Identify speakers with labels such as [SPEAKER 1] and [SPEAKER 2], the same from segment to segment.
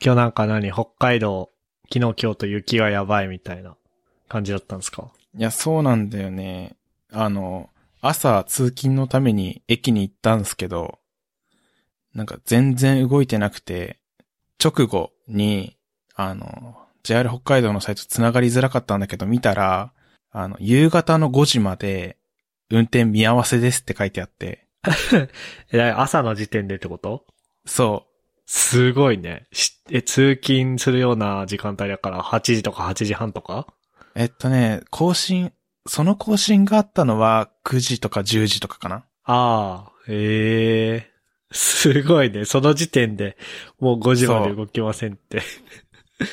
[SPEAKER 1] 今日なんか何北海道、昨日今日と雪がやばいみたいな感じだったんですか
[SPEAKER 2] いや、そうなんだよね。あの、朝通勤のために駅に行ったんですけど、なんか全然動いてなくて、直後に、あの、JR 北海道のサイト繋がりづらかったんだけど見たら、あの、夕方の5時まで運転見合わせですって書いてあって、
[SPEAKER 1] え、朝の時点でってこと
[SPEAKER 2] そ
[SPEAKER 1] すごいね。しえ、通勤するような時間帯だから、8時とか8時半とか
[SPEAKER 2] う。えっとね、更新、その更新があったのは9時とか10時とかかな。
[SPEAKER 1] ああ、ええすごいね。その時点で、もう5時まで
[SPEAKER 2] そう
[SPEAKER 1] 動きませんって。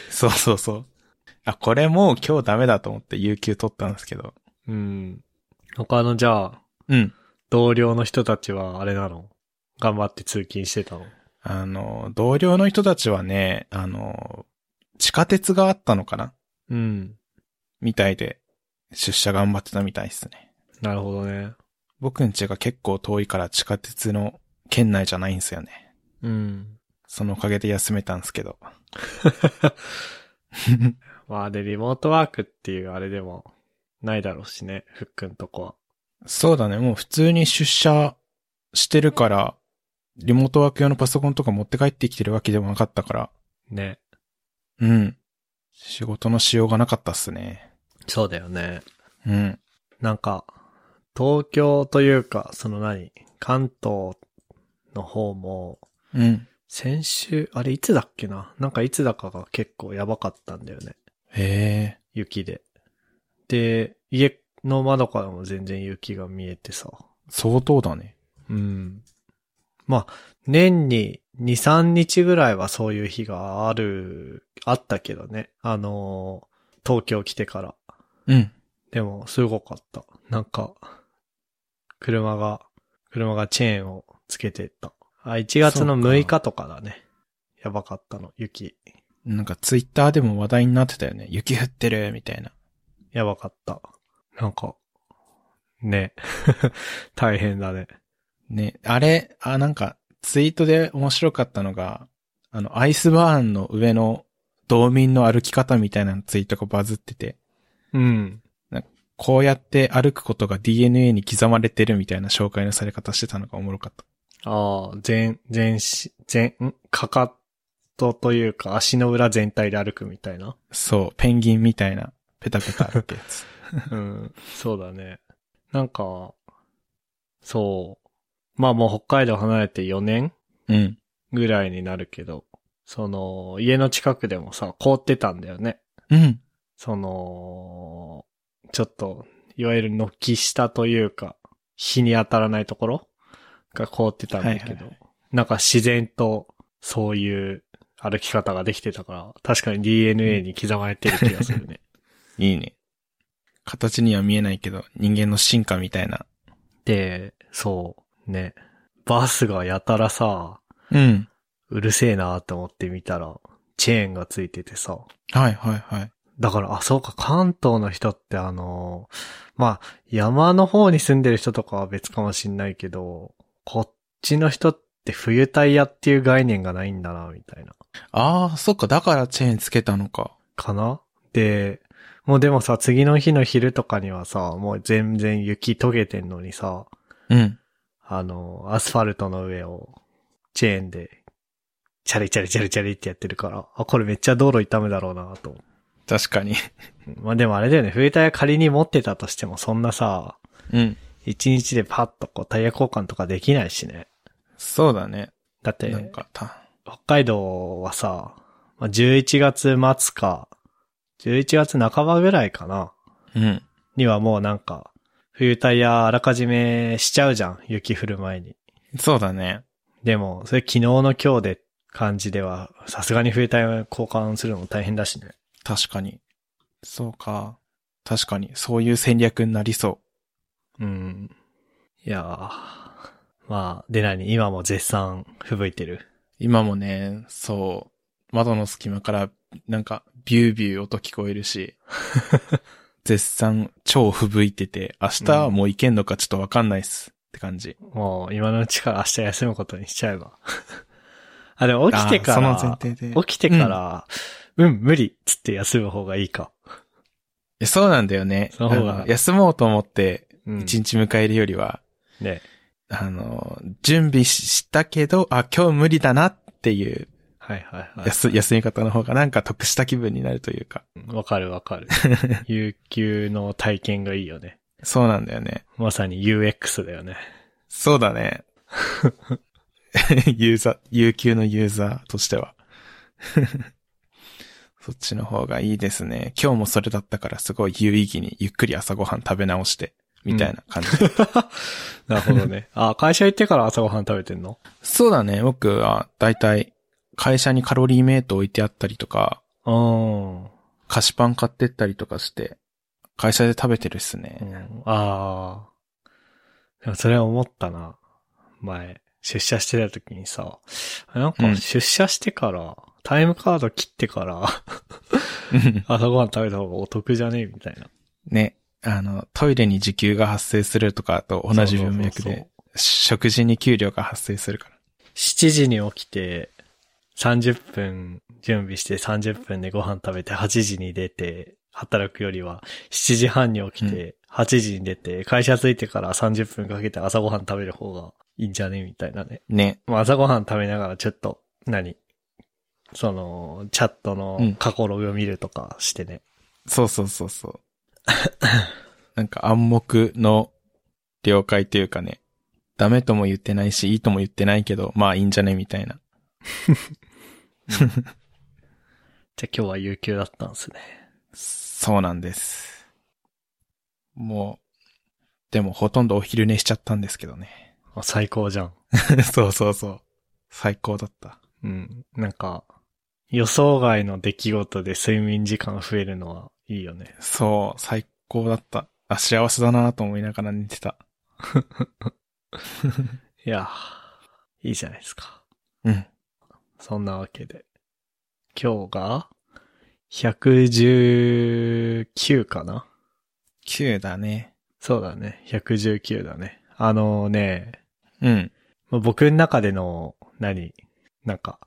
[SPEAKER 2] そうそうそう。あ、これもう今日ダメだと思って有給取ったんですけど。
[SPEAKER 1] うん。他の、じゃあ、
[SPEAKER 2] うん。
[SPEAKER 1] 同僚の人たちは、あれなの頑張って通勤してたの
[SPEAKER 2] あの、同僚の人たちはね、あの、地下鉄があったのかな
[SPEAKER 1] うん。
[SPEAKER 2] みたいで、出社頑張ってたみたいですね。
[SPEAKER 1] なるほどね。
[SPEAKER 2] 僕ん家が結構遠いから地下鉄の県内じゃないんですよね。
[SPEAKER 1] うん。
[SPEAKER 2] そのおかげで休めたんですけど。
[SPEAKER 1] まあ、で、リモートワークっていうあれでも、ないだろうしね。ふっくんとこは。
[SPEAKER 2] そうだね、もう普通に出社してるから、リモートワーク用のパソコンとか持って帰ってきてるわけでもなかったから、
[SPEAKER 1] ね。
[SPEAKER 2] うん。仕事のしようがなかったっすね。
[SPEAKER 1] そうだよね。
[SPEAKER 2] うん。
[SPEAKER 1] なんか、東京というか、その何関東の方も、
[SPEAKER 2] うん。
[SPEAKER 1] 先週、あれいつだっけななんかいつだかが結構やばかったんだよね。
[SPEAKER 2] へえ。
[SPEAKER 1] 雪で。で、家の窓からも全然雪が見えてさ。
[SPEAKER 2] 相当だね。
[SPEAKER 1] うん。まあ、年に2、3日ぐらいはそういう日がある、あったけどね。あのー東京来てから。
[SPEAKER 2] うん。
[SPEAKER 1] でも、すごかった。なんか、車が、車がチェーンをつけてった。あ、1月の
[SPEAKER 2] そうか
[SPEAKER 1] 6日とかだね。やばかったの、雪。
[SPEAKER 2] なんかツイッターでも話題になってたよね。雪降ってるみたいな。
[SPEAKER 1] やばかった。なんか、ね。 大変だね。
[SPEAKER 2] ね、あれ、あ、なんかツイートで面白かったのが、あの、アイスバーンの上の道民の歩き方みたいなツイートがバズってて、
[SPEAKER 1] うん。
[SPEAKER 2] こうやって歩くことが DNA に刻まれてるみたいな紹介のされ方してたのがおもろかった。
[SPEAKER 1] ああ、全、全し、全、んかかとというか足の裏全体で歩くみたいな。
[SPEAKER 2] そう、ペンギンみたいな、ペタペタってや つ。
[SPEAKER 1] うん。そうだね。なんか、そう。まあもう北海道離れて4年
[SPEAKER 2] うん。
[SPEAKER 1] ぐらいになるけど、その、家の近くでもさ、凍ってたんだよね。
[SPEAKER 2] うん。
[SPEAKER 1] その、ちょっと、いわゆる軒下というか、日に当たらないところが凍ってたんだけど、
[SPEAKER 2] はいはいは
[SPEAKER 1] なんか自然とそういう歩き方ができてたから、確かに DNA に刻まれてる気がするね。
[SPEAKER 2] いいね。形には見えないけど、人間の進化みたいな。
[SPEAKER 1] で、そう、ね。バスがやたらさ、
[SPEAKER 2] うん。
[SPEAKER 1] うるせえなと思って見たら、チェーンがついててさ、
[SPEAKER 2] はいはいはい。
[SPEAKER 1] だから、あ、そうか、関東の人ってあのーまあ、山の方に住んでる人とかは別かもしんないけど、こっちの人って冬タイヤっていう概念がないんだな、みたいな。
[SPEAKER 2] ああ、そっか、だからチェーンつけたのか。
[SPEAKER 1] かなで、もうでもさ、次の日の昼とかにはさ、もう全然雪溶けてんのにさ、
[SPEAKER 2] うん。
[SPEAKER 1] あのーアスファルトの上をチェーンで、チャリチャリチャリチャリってやってるから、あ、これめっちゃ道路痛むだろうな、と思って
[SPEAKER 2] 確かに。
[SPEAKER 1] まあでもあれだよね、冬タイヤ仮に持ってたとしてもそんなさ、
[SPEAKER 2] うん。
[SPEAKER 1] 一日でパッとこうタイヤ交換とかできないしね。
[SPEAKER 2] そうだね。
[SPEAKER 1] だって
[SPEAKER 2] な、んか、た、
[SPEAKER 1] 北海道はさ、まあ、11月末か、11月半ばぐらいかな、
[SPEAKER 2] うん。
[SPEAKER 1] にはもうなんか、冬タイヤあらかじめしちゃうじゃん、雪降る前に。
[SPEAKER 2] そうだね。
[SPEAKER 1] でも、それ昨日の今日で感じでは、さすがに冬タイヤ交換するのも大変だしね。
[SPEAKER 2] 確かに。そうか。確かに、そういう戦略になりそ
[SPEAKER 1] うん。いやー。まあ、で何今も絶賛吹雪いてる。
[SPEAKER 2] う。今もね、そう、窓の隙間から、なんか、ビュービュー音聞こえるし、絶賛超吹雪いてて、明日はもう行けんのかちょっとわかんないっす。って感じ。
[SPEAKER 1] もう今のうちから明日休むことにしちゃえば。 あ、でも起きてか
[SPEAKER 2] あーその
[SPEAKER 1] ら、
[SPEAKER 2] 前提で。
[SPEAKER 1] 起きてから、うん、無理っつって休む方がいいか。
[SPEAKER 2] えそうなんだよね。
[SPEAKER 1] その方が
[SPEAKER 2] あの休もうと思って、
[SPEAKER 1] うん。
[SPEAKER 2] 一日迎えるよりは、
[SPEAKER 1] ね。
[SPEAKER 2] あの、準備ししたけど、あ、今日無理だなっていう、
[SPEAKER 1] はいはいはい。
[SPEAKER 2] 休休み方の方がなんか得した気分になるというか。
[SPEAKER 1] わかるわか る。有給の体験がいいよね。
[SPEAKER 2] そうなんだよね。
[SPEAKER 1] まさに UX だよね。
[SPEAKER 2] そうだね。 ユーザー、有給のユーザーとしては。 そっちの方がいいですね。今日もそれだったからすごい有意義にゆっくり朝ごはん食べ直して、みたいな感じ。
[SPEAKER 1] なるほどね。 あ、会社行ってから朝ごはん食べてんの
[SPEAKER 2] そうだね。僕はだいたい会社にカロリーメイト置いてあったりとか、
[SPEAKER 1] うん。
[SPEAKER 2] 菓子パン買ってったりとかして、会社で食べてるっすね。
[SPEAKER 1] うんああ。でもそれ思ったな。前、出社してた時にさ、なん
[SPEAKER 2] う
[SPEAKER 1] か
[SPEAKER 2] ん
[SPEAKER 1] 出社してから、タイムカード切ってから 朝ごはん食べた方がお得じゃねえみたいな。
[SPEAKER 2] ね。あの、トイレに時給が発生するとかと同じ文
[SPEAKER 1] そ
[SPEAKER 2] 脈
[SPEAKER 1] うそうそう
[SPEAKER 2] で、食事に給料が発生するから。
[SPEAKER 1] 7時に起きて、30分準備して30分でご飯食べて8時に出て働くよりは、7時半に起きて8時に出て会社着いてから30分かけて朝ごはん食べる方がいいんじゃねみたいなね。
[SPEAKER 2] ね。
[SPEAKER 1] まあ、朝ごはん食べながらちょっと、何その、チャットの過去ログを見るとかしてね。
[SPEAKER 2] そうそうそ うそう。なんか暗黙の了解というかね、ダメとも言ってないし、いいとも言ってないけど、まあいいんじゃねみたいな。
[SPEAKER 1] じゃあ今日は有給だったんですね。
[SPEAKER 2] そうなんです。もう、でもほとんどお昼寝しちゃったんですけ どね。
[SPEAKER 1] あ最高じゃん。
[SPEAKER 2] そうそうそう。最高だった。
[SPEAKER 1] うん。なんか、予想外の出来事で睡眠時間増えるのはいいよね。
[SPEAKER 2] そう、最高だった。あ、幸せだなと思いながら寝てた。
[SPEAKER 1] いやー、いいじゃないですか。
[SPEAKER 2] うん。
[SPEAKER 1] そんなわけで。今日が、119かな
[SPEAKER 2] 9だね。
[SPEAKER 1] そうだね。119だね。あのね、
[SPEAKER 2] うん。
[SPEAKER 1] まあ僕の中での、何なんか、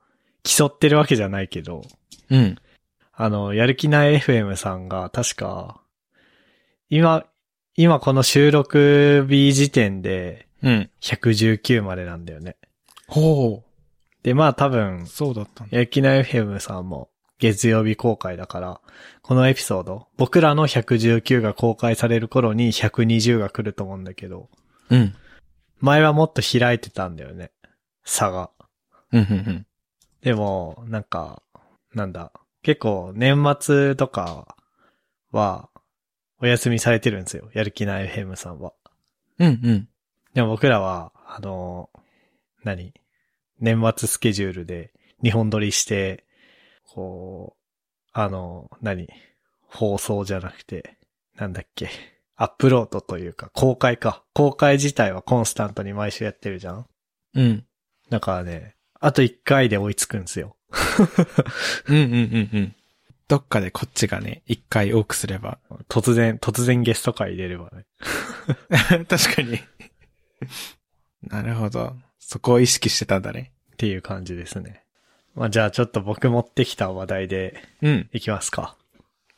[SPEAKER 1] 競ってるわけじゃないけど、
[SPEAKER 2] うん。
[SPEAKER 1] あの、やる気ない FM さんが、確か、今、今この収録日時点で、
[SPEAKER 2] うん。
[SPEAKER 1] 119までなんだよね。
[SPEAKER 2] ほ
[SPEAKER 1] で、まあ多
[SPEAKER 2] う。
[SPEAKER 1] 分、
[SPEAKER 2] そうだったんだ。
[SPEAKER 1] やる気ない FM さんも、月曜日公開だから、このエピソード、僕らの119が公開される頃に120が来ると思うんだけど、
[SPEAKER 2] うん。
[SPEAKER 1] 前はもっと開いてたんだよね。差が。
[SPEAKER 2] うん、うん、
[SPEAKER 1] でも、なんか、なんだ、結構年末とかは、お休みされてるんですよ。やる気ない FM さんは。
[SPEAKER 2] うん。うん、うん。
[SPEAKER 1] でも僕らは、あの、何年末スケジュールで日本撮りして、こう、あの、何放送じゃなくて、なんだっけアップロードというか、公開か。公開自体はコンスタントに毎週やってるじゃん
[SPEAKER 2] うん。
[SPEAKER 1] だからね、あと1回で追いつくんですよ。
[SPEAKER 2] うん、うん、うん、うん。どっかでこっちがね、一回多くすれば。
[SPEAKER 1] 突然、突然ゲスト会入れればね。
[SPEAKER 2] 確かに。なるほど。そこを意識してたんだね。
[SPEAKER 1] っていう感じですね。まあ、じゃあちょっと僕持ってきた話題で
[SPEAKER 2] うん。
[SPEAKER 1] いきますか。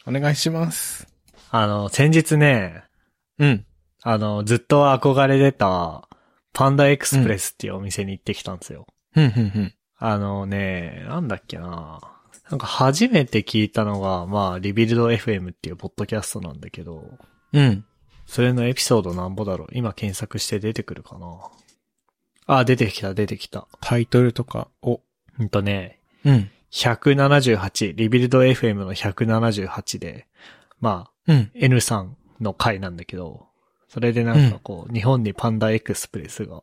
[SPEAKER 2] お願いします。
[SPEAKER 1] あの、先日ね、
[SPEAKER 2] うん。
[SPEAKER 1] あの、ずっと憧れてた、パンダエクスプレスっていうお店に行ってきたんですよ。
[SPEAKER 2] うん、うん、
[SPEAKER 1] あのね、なんだっけな。なんか初めて聞いたのが、まあ、リビルド FM っていうポッドキャストなんだけど、
[SPEAKER 2] うん。うん。
[SPEAKER 1] それのエピソードなんぼだろう今検索して出てくるかな。あ、出てきた、出てきた。
[SPEAKER 2] タイトルとかを。
[SPEAKER 1] うんとね、
[SPEAKER 2] うん。
[SPEAKER 1] 178、リビルド FM の178で、まあ、
[SPEAKER 2] うん。
[SPEAKER 1] N さんの回なんだけど、それでなんかこう、日本にパンダエクスプレスが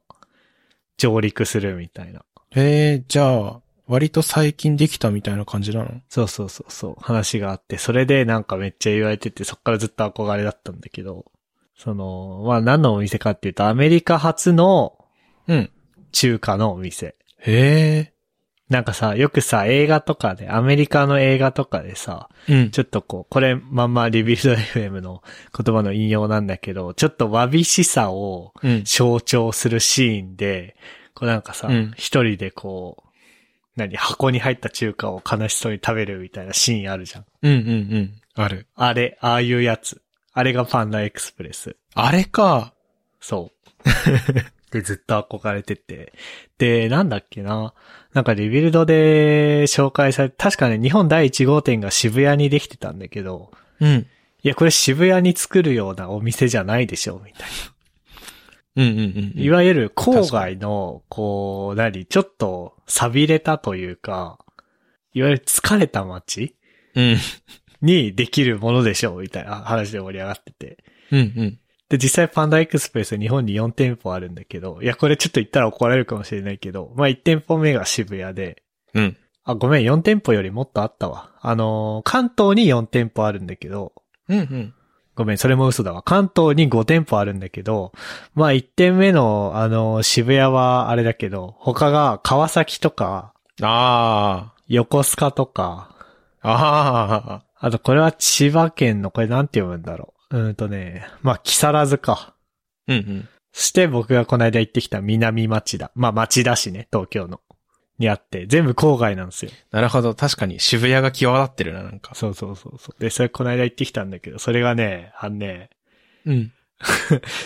[SPEAKER 1] 上陸するみたいな。
[SPEAKER 2] へえ、じゃあ、割と最近できたみたいな感じなの
[SPEAKER 1] そうそうそうそう、話があって、それでなんかめっちゃ言われてて、そっからずっと憧れだったんだけど、その、まあ何のお店かっていうと、アメリカ初の
[SPEAKER 2] うん。
[SPEAKER 1] 中華のお店。
[SPEAKER 2] へえ。
[SPEAKER 1] なんかさ、よくさ、映画とかで、アメリカの映画とかでさ、
[SPEAKER 2] うん。
[SPEAKER 1] ちょっとこう、これまんまリビルド FM の言葉の引用なんだけど、ちょっとわびしさを
[SPEAKER 2] うん。
[SPEAKER 1] 象徴するシーンで、こうなんかさ
[SPEAKER 2] うん、
[SPEAKER 1] 一、人でこう、何、箱に入った中華を悲しそうに食べるみたいなシーンあるじゃん。
[SPEAKER 2] うんうんうん。ある。
[SPEAKER 1] あれ、ああいうやつ。あれがパンダエクスプレス。
[SPEAKER 2] あれか。
[SPEAKER 1] そう。で、ずっと憧れてて。で、なんだっけな。なんかリビルドで紹介され、確かね、日本第1号店が渋谷にできてたんだけど、
[SPEAKER 2] うん。
[SPEAKER 1] いや、これ渋谷に作るようなお店じゃないでしょ、みたい
[SPEAKER 2] うんうんうんうん。
[SPEAKER 1] な。いわゆる郊外の、こう、なに、ちょっと錆びれたというか、いわゆる疲れた街
[SPEAKER 2] うん。
[SPEAKER 1] にできるものでしょ、みたいな話で盛り上がってて。
[SPEAKER 2] うんうん。
[SPEAKER 1] で、実際パンダエクスプレス日本に4店舗あるんだけど、いや、これちょっと言ったら怒られるかもしれないけど、まあ1店舗目が渋谷で、
[SPEAKER 2] うん。
[SPEAKER 1] あ、ごめん、4店舗よりもっとあったわ。あのー関東に4店舗あるんだけど、
[SPEAKER 2] うんうん。
[SPEAKER 1] ごめん、それも嘘だわ。関東に5店舗あるんだけど、まあ1店目の、あのー渋谷はあれだけど、他が川崎とか、
[SPEAKER 2] あ
[SPEAKER 1] 横須賀とか、
[SPEAKER 2] あ。ああ。
[SPEAKER 1] あとこれは千葉県の、これなんて読むんだろう。うーんとね、まあ、木更津か。
[SPEAKER 2] うんうん。
[SPEAKER 1] そして僕がこの間行ってきた南町田。まあ町田市ね、東京の。にあって、全部郊外なんですよ。
[SPEAKER 2] なるほど。確かに渋谷が際立ってるな、なんか。
[SPEAKER 1] そうそうそうそう。で、それこの間行ってきたんだけど、それがね、あのね、
[SPEAKER 2] うん。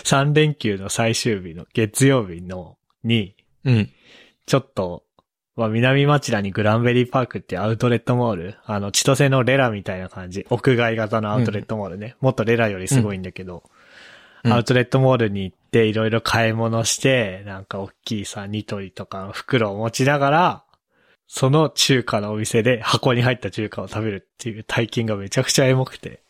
[SPEAKER 1] 3連休の最終日の月曜日の、に、
[SPEAKER 2] うん。
[SPEAKER 1] ちょっと、まあ南町田にグランベリーパークってアウトレットモール、あの、千歳のレラみたいな感じ、屋外型のアウトレットモールね。もっとレラよりすごいんだけど、アウトレットモールに行って、いろいろ買い物して、なんか大きいさ、ニトリとかの袋を持ちながら、その中華のお店で箱に入った中華を食べるっていう体験がめちゃくちゃエモくて。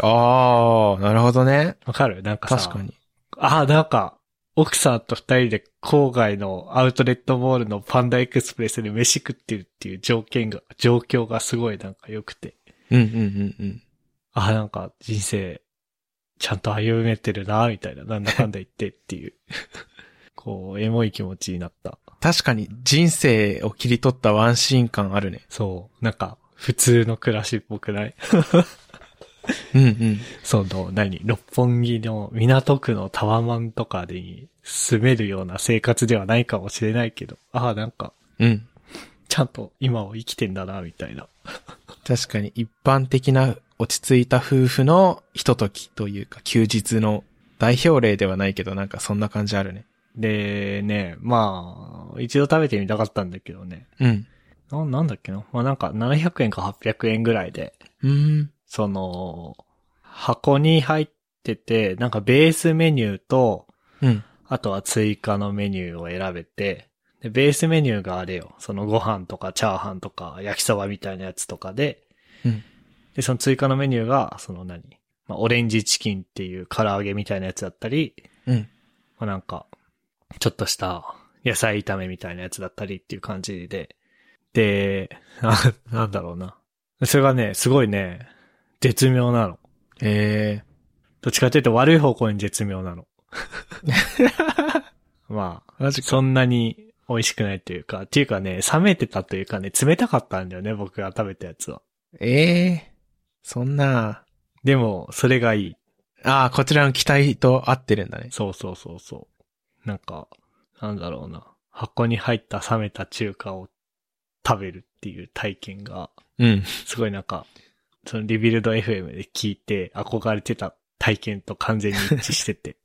[SPEAKER 2] ああ、なるほどね。
[SPEAKER 1] わかるなんかさ、
[SPEAKER 2] 確かに。
[SPEAKER 1] ああ、なんか、奥さんと二人で郊外のアウトレットモールのパンダエクスプレスで飯食ってるっていう条件が、状況がすごいなんか良くて。
[SPEAKER 2] うんうんうんうん。
[SPEAKER 1] ああ、なんか人生、ちゃんと歩めてるな、みたいな、なんだかんだ言ってっていう。 こう、エモい気持ちになった。
[SPEAKER 2] 確かに人生を切り取ったワンシーン感あるね。
[SPEAKER 1] そう。なんか、普通の暮らしっぽくない
[SPEAKER 2] うんうん。
[SPEAKER 1] その、何六本木の港区のタワマンとかに住めるような生活ではないかもしれないけど、ああ、なんか、
[SPEAKER 2] うん。
[SPEAKER 1] ちゃんと今を生きてんだな、みたいな。
[SPEAKER 2] 確かに一般的な落ち着いた夫婦のひとときというか休日の代表例ではないけどなんかそんな感じあるね。
[SPEAKER 1] で、ね、まあ、一度食べてみたかったんだけどね。
[SPEAKER 2] うん。
[SPEAKER 1] な、なんだっけなまあなんか、700円か800円ぐらいで、
[SPEAKER 2] うん。
[SPEAKER 1] その、箱に入ってて、なんかベースメニューと、
[SPEAKER 2] うん。
[SPEAKER 1] あとは追加のメニューを選べて、で、ベースメニューがあれよ。そのご飯とかチャーハンとか焼きそばみたいなやつとかで、
[SPEAKER 2] うん
[SPEAKER 1] で、その追加のメニューが、その何まあ、オレンジチキンっていう唐揚げみたいなやつだったり、
[SPEAKER 2] うん。
[SPEAKER 1] まあ、なんか、ちょっとした野菜炒めみたいなやつだったりっていう感じで、で、あなんだろうな。それがね、すごいね、絶妙なの。
[SPEAKER 2] え
[SPEAKER 1] どっちかというと悪い方向に絶妙なの。まあ、そんなに美味しくないというか、っていうかね、冷めてたというかね、冷たかったんだよね、僕が食べたやつは。
[SPEAKER 2] ー、えー、そんな、
[SPEAKER 1] でも、それがいい。
[SPEAKER 2] ああ、こちらの期待と合ってるんだね。
[SPEAKER 1] そうそうそうそう。なんか、なんだろうな。箱に入った冷めた中華を食べるっていう体験が、
[SPEAKER 2] うん。
[SPEAKER 1] すごいなんか、そのリビルド FM で聞いて憧れてた体験と完全に一致してて。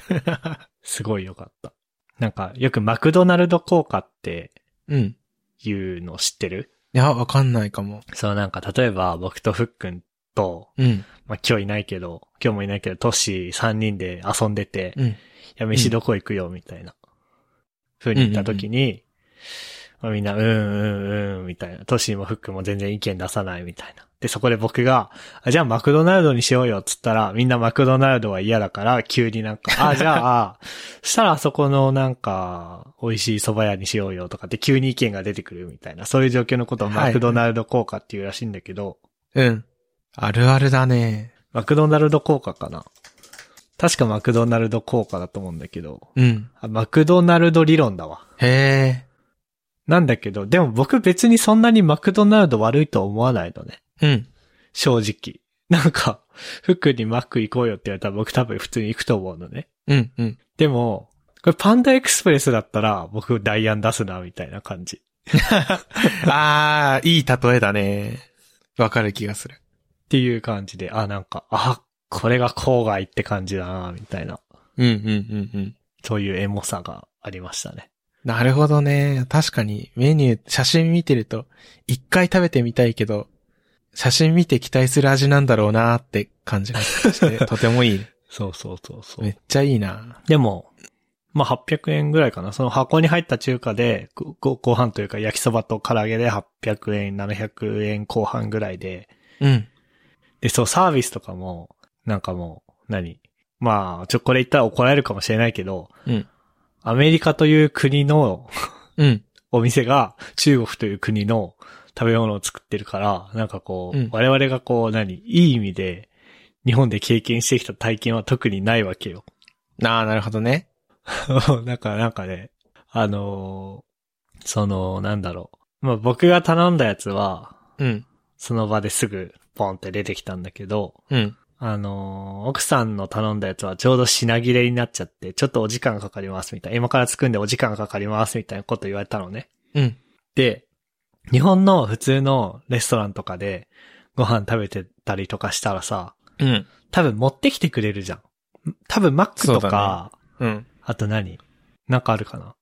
[SPEAKER 1] すごい良かった。なんか、よくマクドナルド効果って
[SPEAKER 2] うん。
[SPEAKER 1] いうの知ってる
[SPEAKER 2] いや、わかんないかも。
[SPEAKER 1] そのなんか、例えば僕とふっくんと、
[SPEAKER 2] うん。
[SPEAKER 1] まあ今日いないけど、今日もいないけど、トッシー3人で遊んでて、
[SPEAKER 2] うん。
[SPEAKER 1] いや、飯どこ行くよ、みたいな。ふうに言ったときに、まあみんな、うんうんうん、みたいな。トシもフックも全然意見出さないみたいな。で、そこで僕が、あじゃあマクドナルドにしようよ、っつったら、みんなマクドナルドは嫌だから、急になんか、あ、じゃあ、 したらあそこのなんか、美味しい蕎麦屋にしようよ、とかって急に意見が出てくるみたいな。そういう状況のことをマクドナルド効果っていうらしいんだけど、
[SPEAKER 2] うん。あるあるだね。
[SPEAKER 1] マクドナルド効果かな。確かマクドナルド効果だと思うんだけど、
[SPEAKER 2] うん。
[SPEAKER 1] あマクドナルド理論だわ。
[SPEAKER 2] へ
[SPEAKER 1] なんだけど、でも僕別にそんなにマクドナルド悪いとは思わないのね。
[SPEAKER 2] え。うん。
[SPEAKER 1] 正直。なんか、服にマック行こうよって言われたら僕多分普通に行くと思うのね。
[SPEAKER 2] うん。うん。
[SPEAKER 1] でも、これパンダエクスプレスだったら僕代案出すな、みたいな感じ。
[SPEAKER 2] ああ、いい例えだね。わかる気がする。
[SPEAKER 1] ていう感じで、あ、なんか、あ、これが郊外って感じだな、みたいな、
[SPEAKER 2] うんうんうんうん。
[SPEAKER 1] そういうエモさがありましたね。
[SPEAKER 2] なるほどね。確かにメニュー、写真見てると、一回食べてみたいけど、写真見て期待する味なんだろうなーって感じがして、 とてもいい。
[SPEAKER 1] そうそうそうそう。
[SPEAKER 2] めっちゃいいな。
[SPEAKER 1] でも、まあ、800円ぐらいかな。その箱に入った中華で、ご、ごご飯というか焼きそばと唐揚げで800円、700円後半ぐらいで、
[SPEAKER 2] うん。
[SPEAKER 1] で、そう、サービスとかも、なんかもう、何まあ、ちょ、これ言ったら怒られるかもしれないけど、
[SPEAKER 2] うん
[SPEAKER 1] アメリカという国の
[SPEAKER 2] うん。
[SPEAKER 1] お店が中国という国の食べ物を作ってるから、なんかこう、
[SPEAKER 2] うん
[SPEAKER 1] 我々がこう、何いい意味で、日本で経験してきた体験は特にないわけよ。
[SPEAKER 2] ああ、なるほどね。
[SPEAKER 1] なん か、なんかね、あのーその、なんだろう。まあ、僕が頼んだやつは、
[SPEAKER 2] うん。
[SPEAKER 1] その場ですぐ、ポンって出てきたんだけど、
[SPEAKER 2] うん。
[SPEAKER 1] あのー奥さんの頼んだやつはちょうど品切れになっちゃって、ちょっとお時間かかりますみたいな、今から作るんでお時間かかりますみたいなこと言われたのね。
[SPEAKER 2] うん。
[SPEAKER 1] で、日本の普通のレストランとかでご飯食べてたりとかしたらさ、
[SPEAKER 2] うん。
[SPEAKER 1] 多分持ってきてくれるじゃん。多分マックと
[SPEAKER 2] そうだ
[SPEAKER 1] か、
[SPEAKER 2] うん。
[SPEAKER 1] あと何なんかあるかな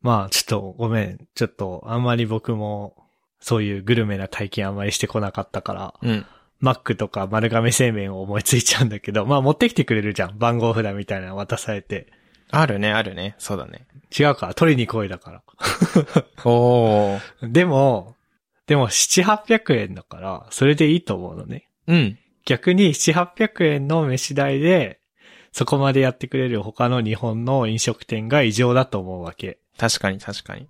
[SPEAKER 1] まあ、ちょっとごめん。ちょっと、あんまり僕も、そういうグルメな体験あんまりしてこなかったから、
[SPEAKER 2] うん。
[SPEAKER 1] マックとか丸亀製麺を思いついちゃうんだけど、まあ持ってきてくれるじゃん。番号札みたいなの渡されて。
[SPEAKER 2] あるね、あるね。そうだね。
[SPEAKER 1] 違うか、取りに来いだか
[SPEAKER 2] おー。
[SPEAKER 1] ら。でも、でも7、800円だから、それでいいと思うのね。
[SPEAKER 2] うん。
[SPEAKER 1] 逆に7、800円の飯代で、そこまでやってくれる他の日本の飲食店が異常だと思うわけ。
[SPEAKER 2] 確かに、確かに。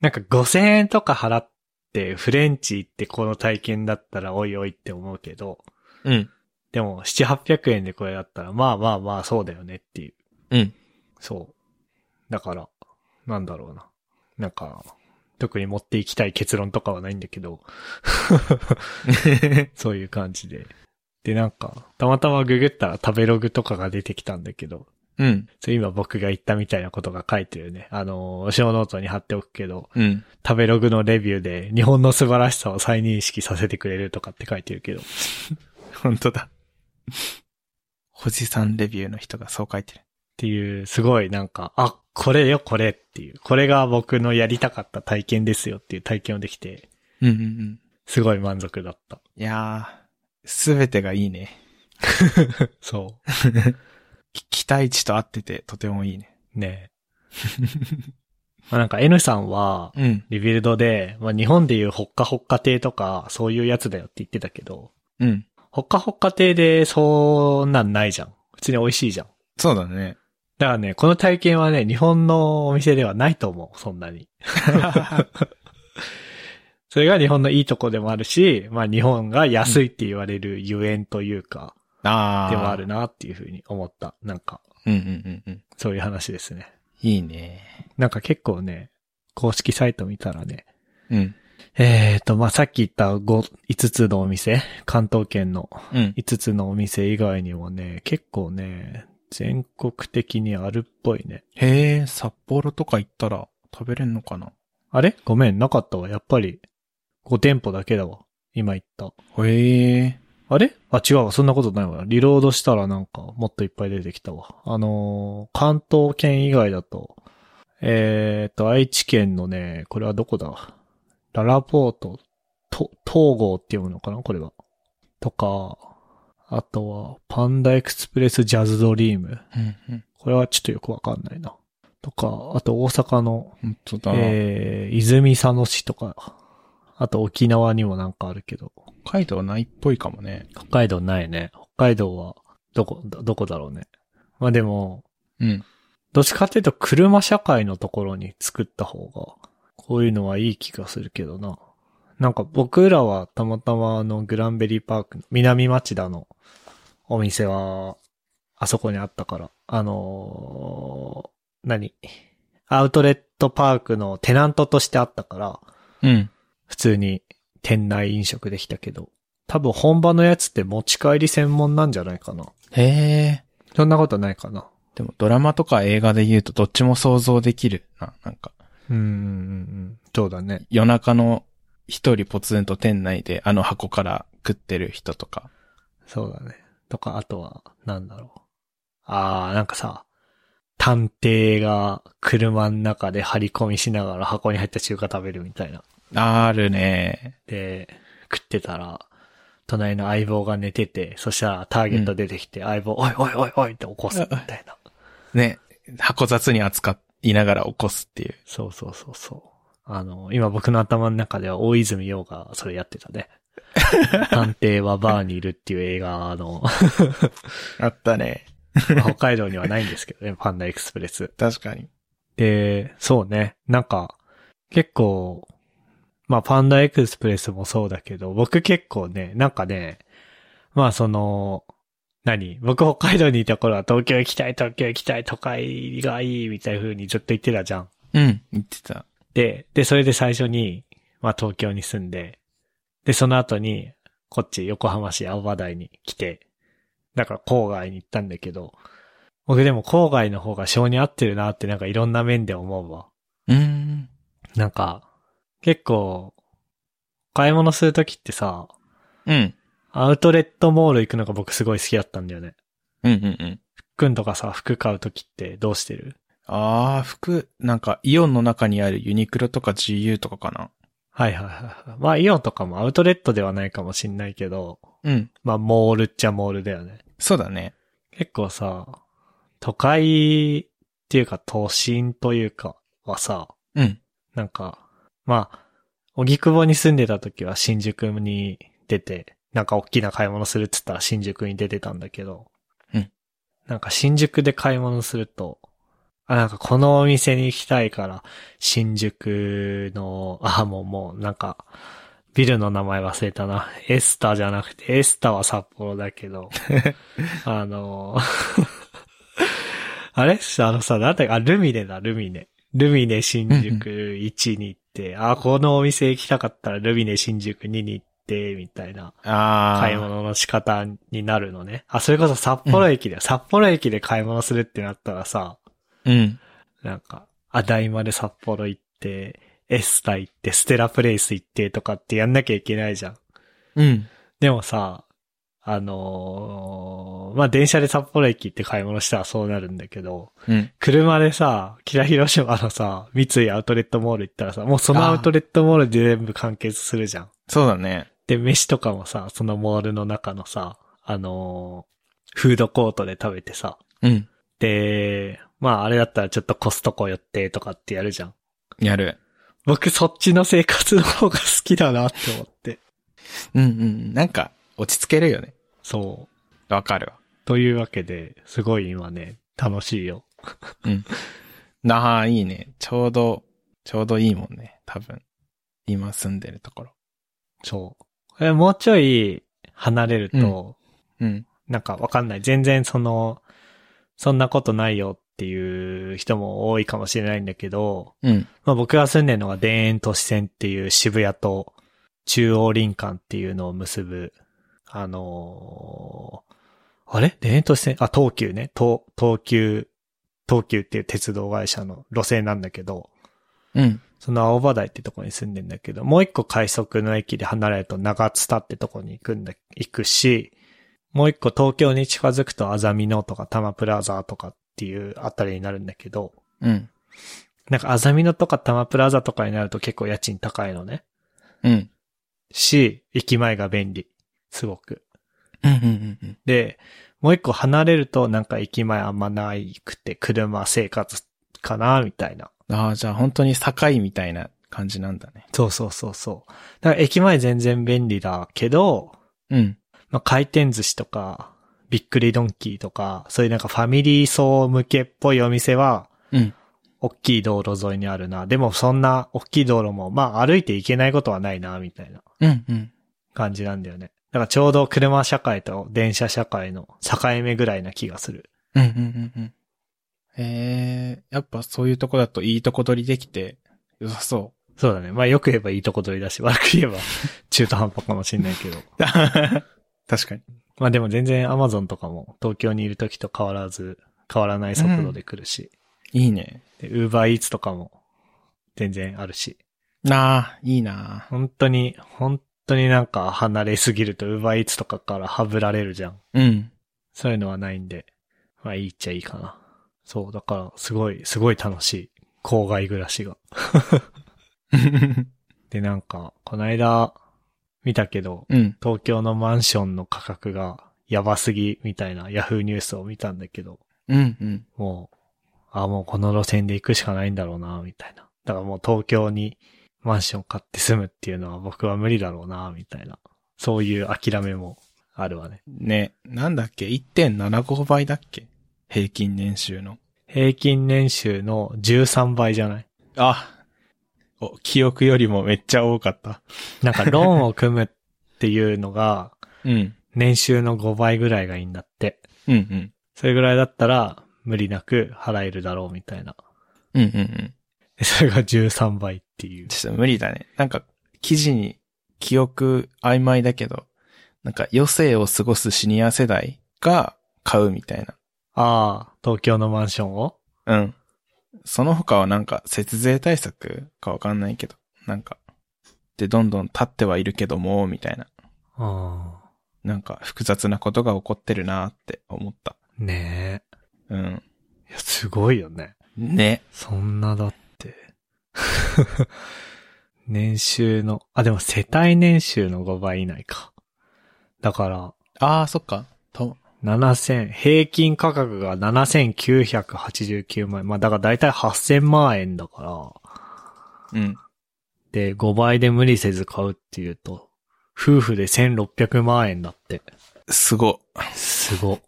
[SPEAKER 1] なんか5000円とか払って、フレンチ行ってこの体験だったらおいおいって思うけど、
[SPEAKER 2] うん。
[SPEAKER 1] でも7、800円でこれだったら、まあまあまあそうだよねっていう。
[SPEAKER 2] うん。
[SPEAKER 1] そう。だから、なんだろうな。なんか、特に持っていきたい結論とかはないんだけど、そういう感じで。で、なんか、たまたまググったら食べログとかが出てきたんだけど、
[SPEAKER 2] うん。
[SPEAKER 1] それ今僕が言ったみたいなことが書いてるね。あのー、小ノートに貼っておくけど、
[SPEAKER 2] うん。
[SPEAKER 1] 食べログのレビューで日本の素晴らしさを再認識させてくれるとかって書いてるけど、
[SPEAKER 2] 本当だ。 おじさんレビューの人がそう書いてる。
[SPEAKER 1] っていう、すごいなんか、あ、これよ、これっていう、これが僕のやりたかった体験ですよっていう体験をできて、
[SPEAKER 2] うんうんうん。
[SPEAKER 1] すごい満足だった。
[SPEAKER 2] いやー、すべてがいいね。
[SPEAKER 1] そ
[SPEAKER 2] き期待値と合っててとてもいいね。
[SPEAKER 1] う。ねえ。まあなんか N さんは、
[SPEAKER 2] うん。
[SPEAKER 1] リビルドで、まあ日本でいうほっかほっか亭とか、そういうやつだよって言ってたけど、
[SPEAKER 2] うん。
[SPEAKER 1] ほっかほっか亭でそんなんないじゃん。普通に美味しいじゃん。
[SPEAKER 2] そうだね。
[SPEAKER 1] だからね、この体験はね、日本のお店ではないと思う、そんなに。それが日本のいいとこでもあるし、まあ日本が安いって言われるゆえんというか、
[SPEAKER 2] あー。
[SPEAKER 1] でもある。なっていうふうに思った。なんか、
[SPEAKER 2] うんうんうんうん。
[SPEAKER 1] そういう話ですね。
[SPEAKER 2] いいね。
[SPEAKER 1] なんか結構ね、公式サイト見たらね、
[SPEAKER 2] うん。
[SPEAKER 1] えーと、まあ、さっき言った5、5つのお店、関東圏の
[SPEAKER 2] うん。
[SPEAKER 1] 5つのお店以外にもね、結構ね、全国的にあるっぽいね。
[SPEAKER 2] へえ、札幌とか行ったら食べれんのかな
[SPEAKER 1] あれごめん、なかったわ。やっぱり、5店舗だけだわ。今言った。
[SPEAKER 2] へえ。
[SPEAKER 1] あれあ、違うわ。そんなことないわ。リロードしたらなんか、もっといっぱい出てきたわ。あのー関東圏以外だと、えーっと、愛知県のね、これはどこだララポート、と、東郷って読むのかなこれは。とか、あとは、パンダエクスプレスジャズドリーム。
[SPEAKER 2] うんうん。
[SPEAKER 1] これはちょっとよくわかんないな。とか、あと大阪の、
[SPEAKER 2] 本当だ。
[SPEAKER 1] えー、泉佐野市とか、あと沖縄にもなんかあるけど、
[SPEAKER 2] 北海道ないっぽいかもね。
[SPEAKER 1] 北海道ないね。北海道は、どこ、どどこだろうね。まあでも、
[SPEAKER 2] うん。
[SPEAKER 1] どっちかっていうと車社会のところに作った方が、こういうのはいい気がするけどな。なんか僕らはたまたまあのグランベリーパークの南町田のお店は、あそこにあったから、あのー何アウトレットパークのテナントとしてあったから、
[SPEAKER 2] うん。
[SPEAKER 1] 普通に店内飲食できたけど、多分本場のやつって持ち帰り専門なんじゃないかな。
[SPEAKER 2] へえ。
[SPEAKER 1] そんなことないかな。
[SPEAKER 2] でもドラマとか映画で言うとどっちも想像できるな、なんか。
[SPEAKER 1] うんうんうんうん。そうだね。
[SPEAKER 2] 夜中の一人ポツンと店内であの箱から食ってる人とか。
[SPEAKER 1] そうだね。とか、あとは、なんだろう。あー、なんかさ、探偵が車の中で張り込みしながら箱に入った中華食べるみたいな。
[SPEAKER 2] あるね。
[SPEAKER 1] で、食ってたら、隣の相棒が寝てて、そしたらターゲット出てきて、相棒、おいおいおいおいって起こすみたいな。
[SPEAKER 2] ね。箱雑に扱いながら起こすっていう。
[SPEAKER 1] そうそうそうそう。あの、今僕の頭の中では大泉洋がそれやってたね。探偵はバーにいるっていう映画の、
[SPEAKER 2] あったね。
[SPEAKER 1] 北海道にはないんですけどね、パンダエクスプレス。
[SPEAKER 2] 確かに。
[SPEAKER 1] で、そうね、なんか、結構、まあ、パンダエクスプレスもそうだけど、僕結構ね、なんかね、まあ、その、何僕北海道にいた頃は東京行きたい、東京行きたい、都会がいい、みたいな風にずっと言ってたじゃん。
[SPEAKER 2] うん。言ってた。
[SPEAKER 1] で、で、それで最初に、まあ、東京に住んで、で、その後に、こっち横浜市青葉台に来て、だから郊外に行ったんだけど、僕でも郊外の方が性に合ってるなってなんかいろんな面で思うわ。
[SPEAKER 2] うーん。
[SPEAKER 1] なんか、結構、買い物するときってさ、
[SPEAKER 2] うん。
[SPEAKER 1] アウトレットモール行くのが僕すごい好きだったんだよね。
[SPEAKER 2] うんうんうん。
[SPEAKER 1] くんとかさ、服買うときってどうしてる
[SPEAKER 2] あー、服、なんかイオンの中にあるユニクロとか GU とかかな。
[SPEAKER 1] はいはいはいはい。まあイオンとかもアウトレットではないかもしんないけど、
[SPEAKER 2] うん。
[SPEAKER 1] まあモールっちゃモールだよね。
[SPEAKER 2] そうだね。
[SPEAKER 1] 結構さ、都会っていうか都心というかはさ、
[SPEAKER 2] うん。
[SPEAKER 1] なんか、まあ、荻窪に住んでた時は新宿に出て、なんか大きな買い物するっつったら新宿に出てたんだけど、
[SPEAKER 2] うん
[SPEAKER 1] なんか新宿で買い物すると、あ、なんかこのお店に行きたいから、新宿の、あ、もうもうなんか、ビルの名前忘れたな。エスタじゃなくて、エスタは札幌だけど、あの、 あれあのさ、なんだっけあ、ルミネだ、ルミネ。ルミネ新宿1に行って、あ、このお店行きたかったらルミネ新宿2に行って、みたいな
[SPEAKER 2] あー。
[SPEAKER 1] 買い物の仕方になるのね。あ、それこそ札幌駅だよ。札幌駅で買い物するってなったらさ、
[SPEAKER 2] うん。
[SPEAKER 1] なんか、あだいまで札幌行って、エスタ行って、ステラプレイス行ってとかってやんなきゃいけないじゃん。
[SPEAKER 2] うん。
[SPEAKER 1] でもさ、あのーまあ、電車で札幌駅行って買い物したらそうなるんだけど、
[SPEAKER 2] うん。
[SPEAKER 1] 車でさ、北広島のさ、三井アウトレットモール行ったらさ、もうそのアウトレットモールで全部完結するじゃん。
[SPEAKER 2] そうだね。
[SPEAKER 1] で、飯とかもさ、そのモールの中のさ、あのーフードコートで食べてさ、
[SPEAKER 2] うん。
[SPEAKER 1] で、まああれだったらちょっとコストコ寄ってとかってやるじゃん。
[SPEAKER 2] やる。
[SPEAKER 1] 僕そっちの生活の方が好きだなって思って。
[SPEAKER 2] うんうん。なんか、落ち着けるよね。
[SPEAKER 1] そう。
[SPEAKER 2] わかるわ。
[SPEAKER 1] というわけで、すごい今ね、楽しいよ。
[SPEAKER 2] なあ、いいね。ちょうど、ちょうどいいもんね。多分。今住んでるところ。
[SPEAKER 1] そう。これもうちょい離れると、
[SPEAKER 2] うん。
[SPEAKER 1] なんかわかんない。全然その、そんなことないよっていう人も多いかもしれないんだけど、
[SPEAKER 2] うん。
[SPEAKER 1] まあ僕が住んでるのが田園都市線っていう渋谷と中央林間っていうのを結ぶ、あのーあれ田園都市線あ、東急ね。東、東急、東急っていう鉄道会社の路線なんだけど、
[SPEAKER 2] うん。
[SPEAKER 1] その青葉台ってとこに住んでんだけど、もう一個快速の駅で離れると長津田ってとこに行くんだ、行くし、もう一個東京に近づくとあざみ野とか多摩プラザとかっていうあたりになるんだけど、
[SPEAKER 2] うん。
[SPEAKER 1] なんかあざみ野とか多摩プラザとかになると結構家賃高いのね。
[SPEAKER 2] うん。
[SPEAKER 1] し、駅前が便利。すごく。
[SPEAKER 2] うん。うん。うん。
[SPEAKER 1] で、もう一個離れるとなんか駅前あんまないくて車生活かな、みたいな。
[SPEAKER 2] ああ、じゃあ本当に境みたいな感じなんだね。
[SPEAKER 1] そうそうそうそう。だから駅前全然便利だけど、
[SPEAKER 2] うん。
[SPEAKER 1] まあ、回転寿司とか、びっくりドンキーとか、そういうなんかファミリー層向けっぽいお店は、
[SPEAKER 2] うん。
[SPEAKER 1] 大きい道路沿いにあるな。でもそんな大きい道路も、まあ歩いていけないことはないな、みたいな
[SPEAKER 2] うん。うん。
[SPEAKER 1] 感じなんだよね。だからちょうど車社会と電車社会の境目ぐらいな気がする。
[SPEAKER 2] うん。うん。うん。うん。ええやっぱそういうとこだといいとこ取りできて良さそ
[SPEAKER 1] そうだね。まあよく言えばいいとこ取りだし、 悪く言えば中途半端かもしんないけど。
[SPEAKER 2] う。確かに。
[SPEAKER 1] まあでも全然 Amazon とかも東京にいる時と変わらず、変わらない速度で来るし。
[SPEAKER 2] いいね。
[SPEAKER 1] で、Uber Eats とかも全然あるし。
[SPEAKER 2] なあ、いいなあ。
[SPEAKER 1] 本当に、本当になんか離れすぎると Uber Eats とかからはぶられるじゃん。
[SPEAKER 2] うん。
[SPEAKER 1] そういうのはないんで、まあいいっちゃいいかな。そう、だからすごい、すごい楽しい。郊外暮らしが。で、なんか、この間、見たけど、
[SPEAKER 2] うん。
[SPEAKER 1] 東京のマンションの価格がやばすぎみたいなヤフーニュースを見たんだけど、
[SPEAKER 2] うん。うん。
[SPEAKER 1] もう、あ、もうこの路線で行くしかないんだろうな、みたいな。だからもう東京にマンション買って住むっていうのは僕は無理だろうな、みたいな。そういう諦めもあるわね。
[SPEAKER 2] ね、なんだっけ ?1.75 倍だっけ平均年収の。
[SPEAKER 1] 平均年収の13倍じゃない
[SPEAKER 2] あ、お、記憶よりもめっちゃ多かった。
[SPEAKER 1] なんかローンを組むっていうのが
[SPEAKER 2] うん。
[SPEAKER 1] 年収の5倍ぐらいがいいんだって。
[SPEAKER 2] うんうん。
[SPEAKER 1] それぐらいだったら無理なく払えるだろうみたいな。
[SPEAKER 2] うんうんうん。
[SPEAKER 1] でそれが13倍っていう。
[SPEAKER 2] ちょっと無理だね。なんか、記事に記憶曖昧だけど、なんか余生を過ごすシニア世代が買うみたいな。
[SPEAKER 1] ああ、東京のマンションを
[SPEAKER 2] うん。その他はなんか節税対策かわかんないけど、なんか、で、どんどん経ってはいるけども、みたいな。
[SPEAKER 1] ああ、
[SPEAKER 2] なんか複雑なことが起こってるなーって思った。
[SPEAKER 1] ね
[SPEAKER 2] うん。
[SPEAKER 1] え。いや、すごいよね。
[SPEAKER 2] ね。
[SPEAKER 1] そんなだって。 年収の、あ、でも世帯年収の5倍以内か。だから、
[SPEAKER 2] ああ、そっか。と、
[SPEAKER 1] 7000、平均価格が7989万円。まあ、だからだいたい8000万円だから。
[SPEAKER 2] うん。
[SPEAKER 1] で、5倍で無理せず買うっていうと、夫婦で1600万円だって。
[SPEAKER 2] すご。
[SPEAKER 1] すご。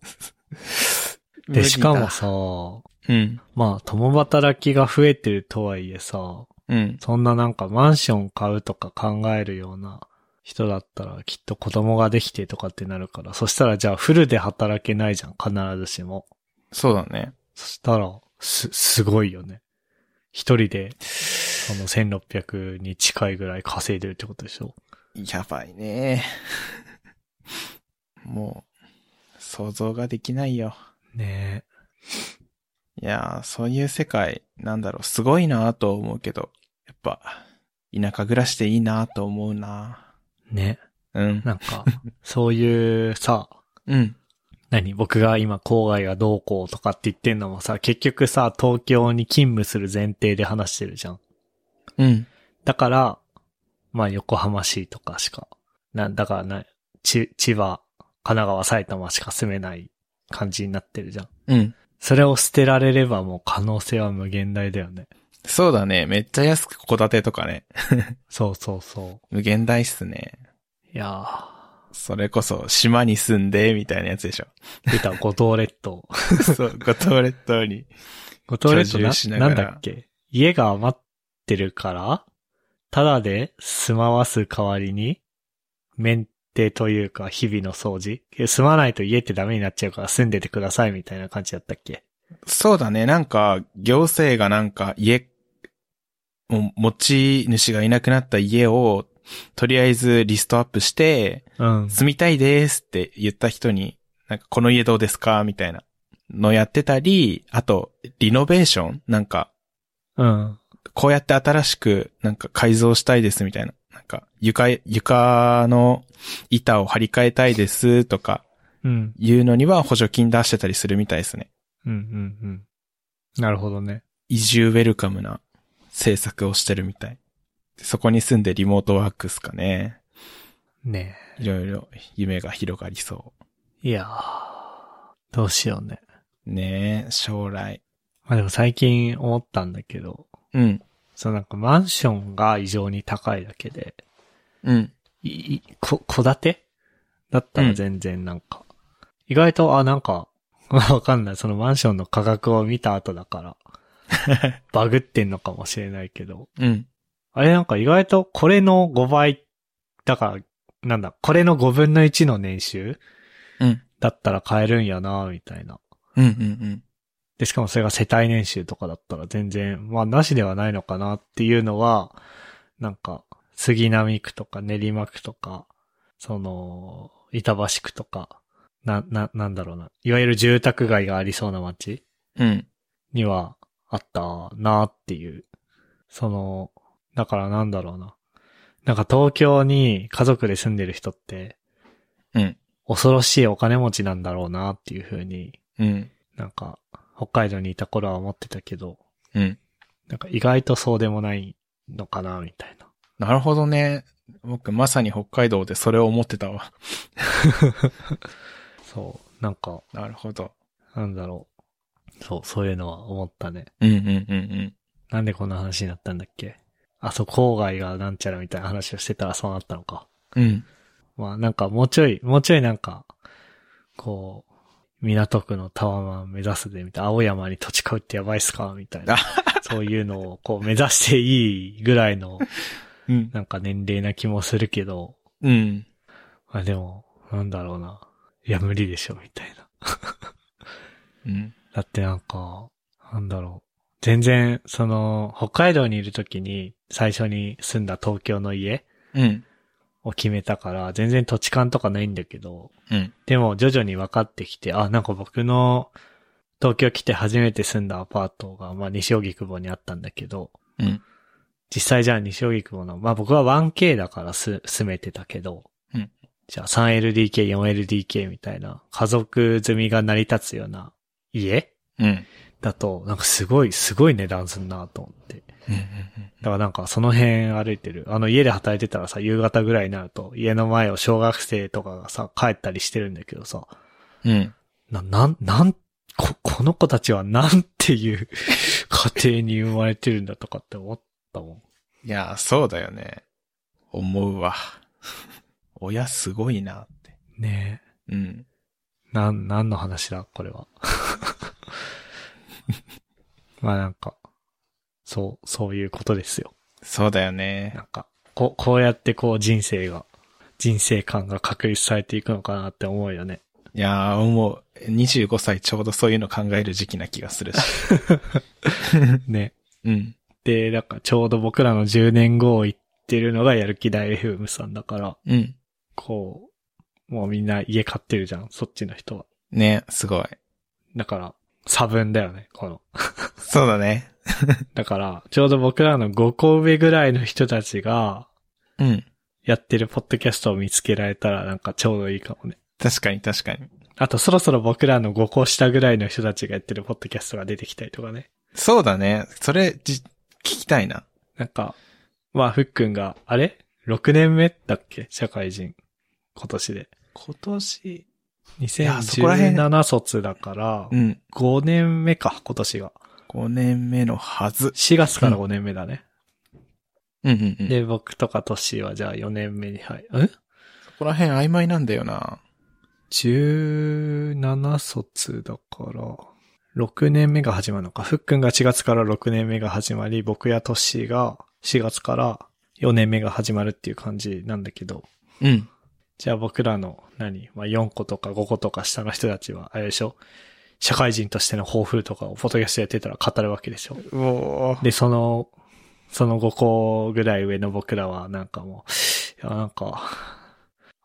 [SPEAKER 1] で、しかもさ、
[SPEAKER 2] うん。
[SPEAKER 1] まあ、共働きが増えてるとはいえさ、
[SPEAKER 2] うん。
[SPEAKER 1] そんななんかマンション買うとか考えるような人だったらきっと子供ができてとかってなるから、そしたらじゃあフルで働けないじゃん、必ずしも。
[SPEAKER 2] そうだね。
[SPEAKER 1] そしたら、す、すごいよね。一人で、その1600に近いぐらい稼いでるってことでしょ。
[SPEAKER 2] やばいね。 もう、想像ができないよ。
[SPEAKER 1] ね
[SPEAKER 2] いやー、そういう世界、なんだろう、すごいなーと思うけど、やっぱ、田舎暮らしでいいなーと思うな
[SPEAKER 1] え。ね。
[SPEAKER 2] ーうん。
[SPEAKER 1] なんか、そういうさ、
[SPEAKER 2] うん。
[SPEAKER 1] 何僕が今郊外がどうこうとかって言ってんのもさ、結局さ、東京に勤務する前提で話してるじゃん。
[SPEAKER 2] うん。
[SPEAKER 1] だから、まあ横浜市とかしか、なんだからな、ち、千葉、神奈川、埼玉しか住めない感じになってるじゃん。
[SPEAKER 2] うん。
[SPEAKER 1] それを捨てられればもう可能性は無限大だよね。
[SPEAKER 2] そうだね。めっちゃ安く戸建てとかね。
[SPEAKER 1] そうそうそ
[SPEAKER 2] 無限大っすね。
[SPEAKER 1] う。いや
[SPEAKER 2] それこそ、島に住んで、みたいなやつでしょ。
[SPEAKER 1] ー、出た、五島列島。
[SPEAKER 2] そう、五島列島に。
[SPEAKER 1] 五島列島
[SPEAKER 2] 居住しな
[SPEAKER 1] な、
[SPEAKER 2] が
[SPEAKER 1] な
[SPEAKER 2] ら
[SPEAKER 1] んだっけ家が余ってるから、ただで住まわす代わりに、メンテというか日々の掃除。住まないと家ってダメになっちゃうから住んでてくださいみたいな感じだったっけ
[SPEAKER 2] そうだね。なんか、行政がなんか家、も持ち主がいなくなった家を、とりあえずリストアップして、
[SPEAKER 1] うん。
[SPEAKER 2] 住みたいですって言った人に、なんかこの家どうですかみたいなのやってたり、あと、リノベーションなんか、
[SPEAKER 1] うん。
[SPEAKER 2] こうやって新しくなんか改造したいですみたいな。なんか、床、床の板を張り替えたいですとか、
[SPEAKER 1] うん。
[SPEAKER 2] いうのには補助金出してたりするみたいですね。
[SPEAKER 1] うん、うん、うん。なるほどね。
[SPEAKER 2] 移住ウェルカムな政策をしてるみたい。そこに住んでリモートワークっすかね。
[SPEAKER 1] ね
[SPEAKER 2] いろいろ夢が広がりそ
[SPEAKER 1] え。いやー、どうしようね。
[SPEAKER 2] う。ねえ、将来。
[SPEAKER 1] まあでも最近思ったんだけど、
[SPEAKER 2] うん。
[SPEAKER 1] そのなんかマンションが異常に高いだけで、
[SPEAKER 2] うん。
[SPEAKER 1] い、い、こ、戸建てだったら全然なんか、意外と、あ、なんか、 わかんない。そのマンションの価格を見た後だから、バグってんのかもしれないけど、
[SPEAKER 2] うん。
[SPEAKER 1] あれなんか意外とこれの5倍、だから、なんだ、これの5分の1の年収
[SPEAKER 2] うん。
[SPEAKER 1] だったら買えるんやなみたいな。
[SPEAKER 2] うん。うん。
[SPEAKER 1] で、しかもそれが世帯年収とかだったら全然、まあなしではないのかなっていうのは、なんか、杉並区とか練馬区とか、その、板橋区とか、な、な、なんだろうな。いわゆる住宅街がありそうな街
[SPEAKER 2] うん。
[SPEAKER 1] にはあったなっていう。その、だからなんだろうな。なんか東京に家族で住んでる人って、
[SPEAKER 2] うん。
[SPEAKER 1] 恐ろしいお金持ちなんだろうなっていう風に、
[SPEAKER 2] うん。
[SPEAKER 1] なんか、北海道にいた頃は思ってたけど、
[SPEAKER 2] うん。
[SPEAKER 1] なんか意外とそうでもないのかな、みたいな。
[SPEAKER 2] なるほどね。僕まさに北海道でそれを思ってたわ。
[SPEAKER 1] そう。なんか、
[SPEAKER 2] なるほど。
[SPEAKER 1] なんだろう。そう、そういうのは思ったね。
[SPEAKER 2] うんうんうんうん。
[SPEAKER 1] なんでこんな話になったんだっけあ、そう、郊外がなんちゃらみたいな話をしてたらそうなったのか。
[SPEAKER 2] うん。
[SPEAKER 1] まあなんかもうちょい、もうちょいなんか、こう、港区のタワマン目指すで、みたいな、青山に土地買うってやばいっすかみたいな
[SPEAKER 2] あ。
[SPEAKER 1] そういうのをこう目指していいぐらいの、
[SPEAKER 2] うん。
[SPEAKER 1] なんか年齢な気もするけど、
[SPEAKER 2] うん。
[SPEAKER 1] まあでも、なんだろうな。いや無理でしょ、みたいな。
[SPEAKER 2] うん。
[SPEAKER 1] だってなんか、なんだろう。全然、その、北海道にいるときに、最初に住んだ東京の家
[SPEAKER 2] うん。
[SPEAKER 1] を決めたから、全然土地勘とかないんだけど、
[SPEAKER 2] うん。
[SPEAKER 1] でも徐々に分かってきて、あ、なんか僕の東京来て初めて住んだアパートが、まあ西荻窪にあったんだけど、
[SPEAKER 2] うん。
[SPEAKER 1] 実際じゃあ西荻窪の、まあ僕は 1K だからす、住めてたけど、
[SPEAKER 2] うん
[SPEAKER 1] じゃあ 3LDK、4LDK みたいな、家族済みが成り立つような家
[SPEAKER 2] うん。
[SPEAKER 1] だと、なんかすごい、すごい値段すんなと思って。
[SPEAKER 2] うん。
[SPEAKER 1] だからなんかその辺歩いてる。あの家で働いてたらさ、夕方ぐらいになると、家の前を小学生とかがさ、帰ったりしてるんだけどさ、
[SPEAKER 2] うん。
[SPEAKER 1] な、なん、なん、こ、この子たちはなんていう 家庭に生まれてるんだとかって思ったもん。
[SPEAKER 2] いや、そうだよね。思うわ。 親すごいなって。
[SPEAKER 1] ね
[SPEAKER 2] うん。
[SPEAKER 1] え。なん、なんの話だ、これは。 まあなんか、そう、そういうことですよ。
[SPEAKER 2] そうだよね
[SPEAKER 1] な。んか、こう、こうやってこう人生が、人生観が確立されていくのかなって思うよね。
[SPEAKER 2] いやー、思う。25歳ちょうどそういうの考える時期な気がするし。
[SPEAKER 1] ね。
[SPEAKER 2] うん。
[SPEAKER 1] で、なんかちょうど僕らの10年後を言ってるのがやる気大 FM さんだから、
[SPEAKER 2] うん。
[SPEAKER 1] こう、もうみんな家買ってるじゃん、そっちの人は。
[SPEAKER 2] ね、すごい。
[SPEAKER 1] だから、差分だよね、この。
[SPEAKER 2] そうだね。
[SPEAKER 1] だから、ちょうど僕らの5個上ぐらいの人たちが、
[SPEAKER 2] うん。
[SPEAKER 1] やってるポッドキャストを見つけられたらなんかちょうどいいかもね。
[SPEAKER 2] 確かに確かに。
[SPEAKER 1] あとそろそろ僕らの5個下ぐらいの人たちがやってるポッドキャストが出てきたりとかね。
[SPEAKER 2] そうだね。それ、じ、聞きたいな。
[SPEAKER 1] なんか、まあ、ふっくんが、あれ ?6 年目だっけ社会人。今年で。
[SPEAKER 2] 今年。やそこら辺
[SPEAKER 1] 2017卒だから
[SPEAKER 2] う、ん。
[SPEAKER 1] 5年目か、今年が。
[SPEAKER 2] 5年目のはず。
[SPEAKER 1] 4月から5年目だね。
[SPEAKER 2] うんうんうん。
[SPEAKER 1] で、僕とか年はじゃあ4年目に入る。ん
[SPEAKER 2] そこら辺曖昧なんだよな。
[SPEAKER 1] ?17 卒だから、6年目が始まるのか。ふっくんが4月から6年目が始まり、僕や年が4月から4年目が始まるっていう感じなんだけど。
[SPEAKER 2] うん。
[SPEAKER 1] じゃあ僕らの何、まあ、4個とか5個とか下の人たちは、あれでしょ社会人としての抱負とかをフォトキャストやってたら語るわけでしょ
[SPEAKER 2] おー
[SPEAKER 1] で、その、その5個ぐらい上の僕らはなんかもう、いやなんか、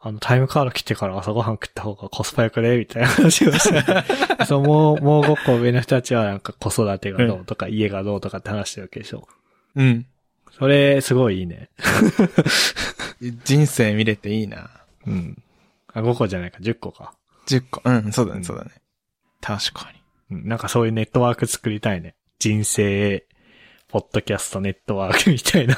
[SPEAKER 1] あの、タイムカード切ってから朝ごはん食った方がコスパ良くねみたいな話をして。そう、もう、もう5個上の人たちはなんか子育てがどうとか家がどうとかって話してるわけでしょ
[SPEAKER 2] うん。
[SPEAKER 1] それ、すごいいいね。
[SPEAKER 2] 人生見れていいな。
[SPEAKER 1] うん。あ、5個じゃないか、10個か。
[SPEAKER 2] 10個。うん、そうだ
[SPEAKER 1] うん
[SPEAKER 2] ね、そうだね。確かに。
[SPEAKER 1] うんなんかそういうネットワーク作りたいね。人生、ポッドキャストネットワークみたいな。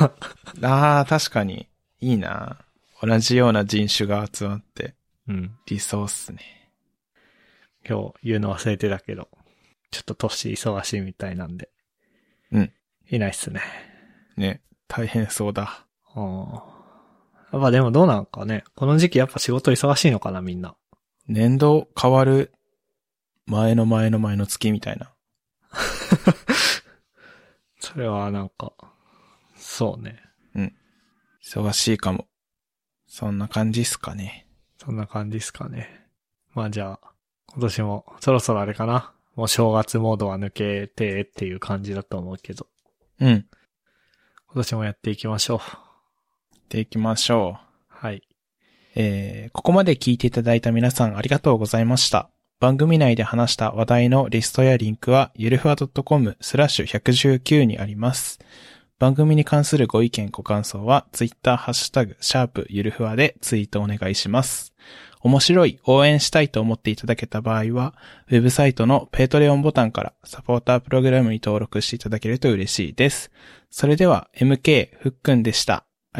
[SPEAKER 2] あー、確かに。いいな。同じような人種が集まって、
[SPEAKER 1] うん。
[SPEAKER 2] 理想っすね。
[SPEAKER 1] 今日言うの忘れてたけど、ちょっと年忙しいみたいなんで。
[SPEAKER 2] うん。
[SPEAKER 1] いないっすね。
[SPEAKER 2] ね。大変そうだ。
[SPEAKER 1] うん。やっぱでもどうなんかね。この時期やっぱ仕事忙しいのかな、みんな。
[SPEAKER 2] 年度変わる前の前の前の月みたいな。
[SPEAKER 1] それはなんか、そうね。
[SPEAKER 2] 忙しいかも。そんな感じっすかね。
[SPEAKER 1] そんな感じですかね。まあじゃあ、今年もそろそろあれかな。もう正月モードは抜けてっていう感じだと思うけど。
[SPEAKER 2] うん。や
[SPEAKER 1] 今年もやっていきましょう。
[SPEAKER 2] っていきましょう。
[SPEAKER 1] はい。
[SPEAKER 2] えーここまで聞いていただいた皆さんありがとうございました。番組内で話した話題のリストやリンクは、ゆるふわ .com スラッシュ119にあります。番組に関するご意見、ご感想は、ツイッターハッシュタグ、シャープゆるふわでツイートお願いします。面白い、応援したいと思っていただけた場合は、ウェブサイトのペイトレオンボタンからサポータープログラムに登録していただけると嬉しいです。それでは、MK ふっくんでした。あ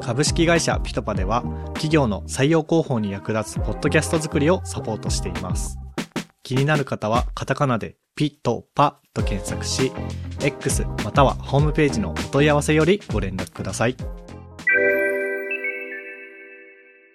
[SPEAKER 1] 株式会社ピトパでは企業の採用広報に役立つポッドキャスト作りをサポートしています気になる方はカタカナでピトパと検索し X またはホームページのお問い合わせよりご連絡ください。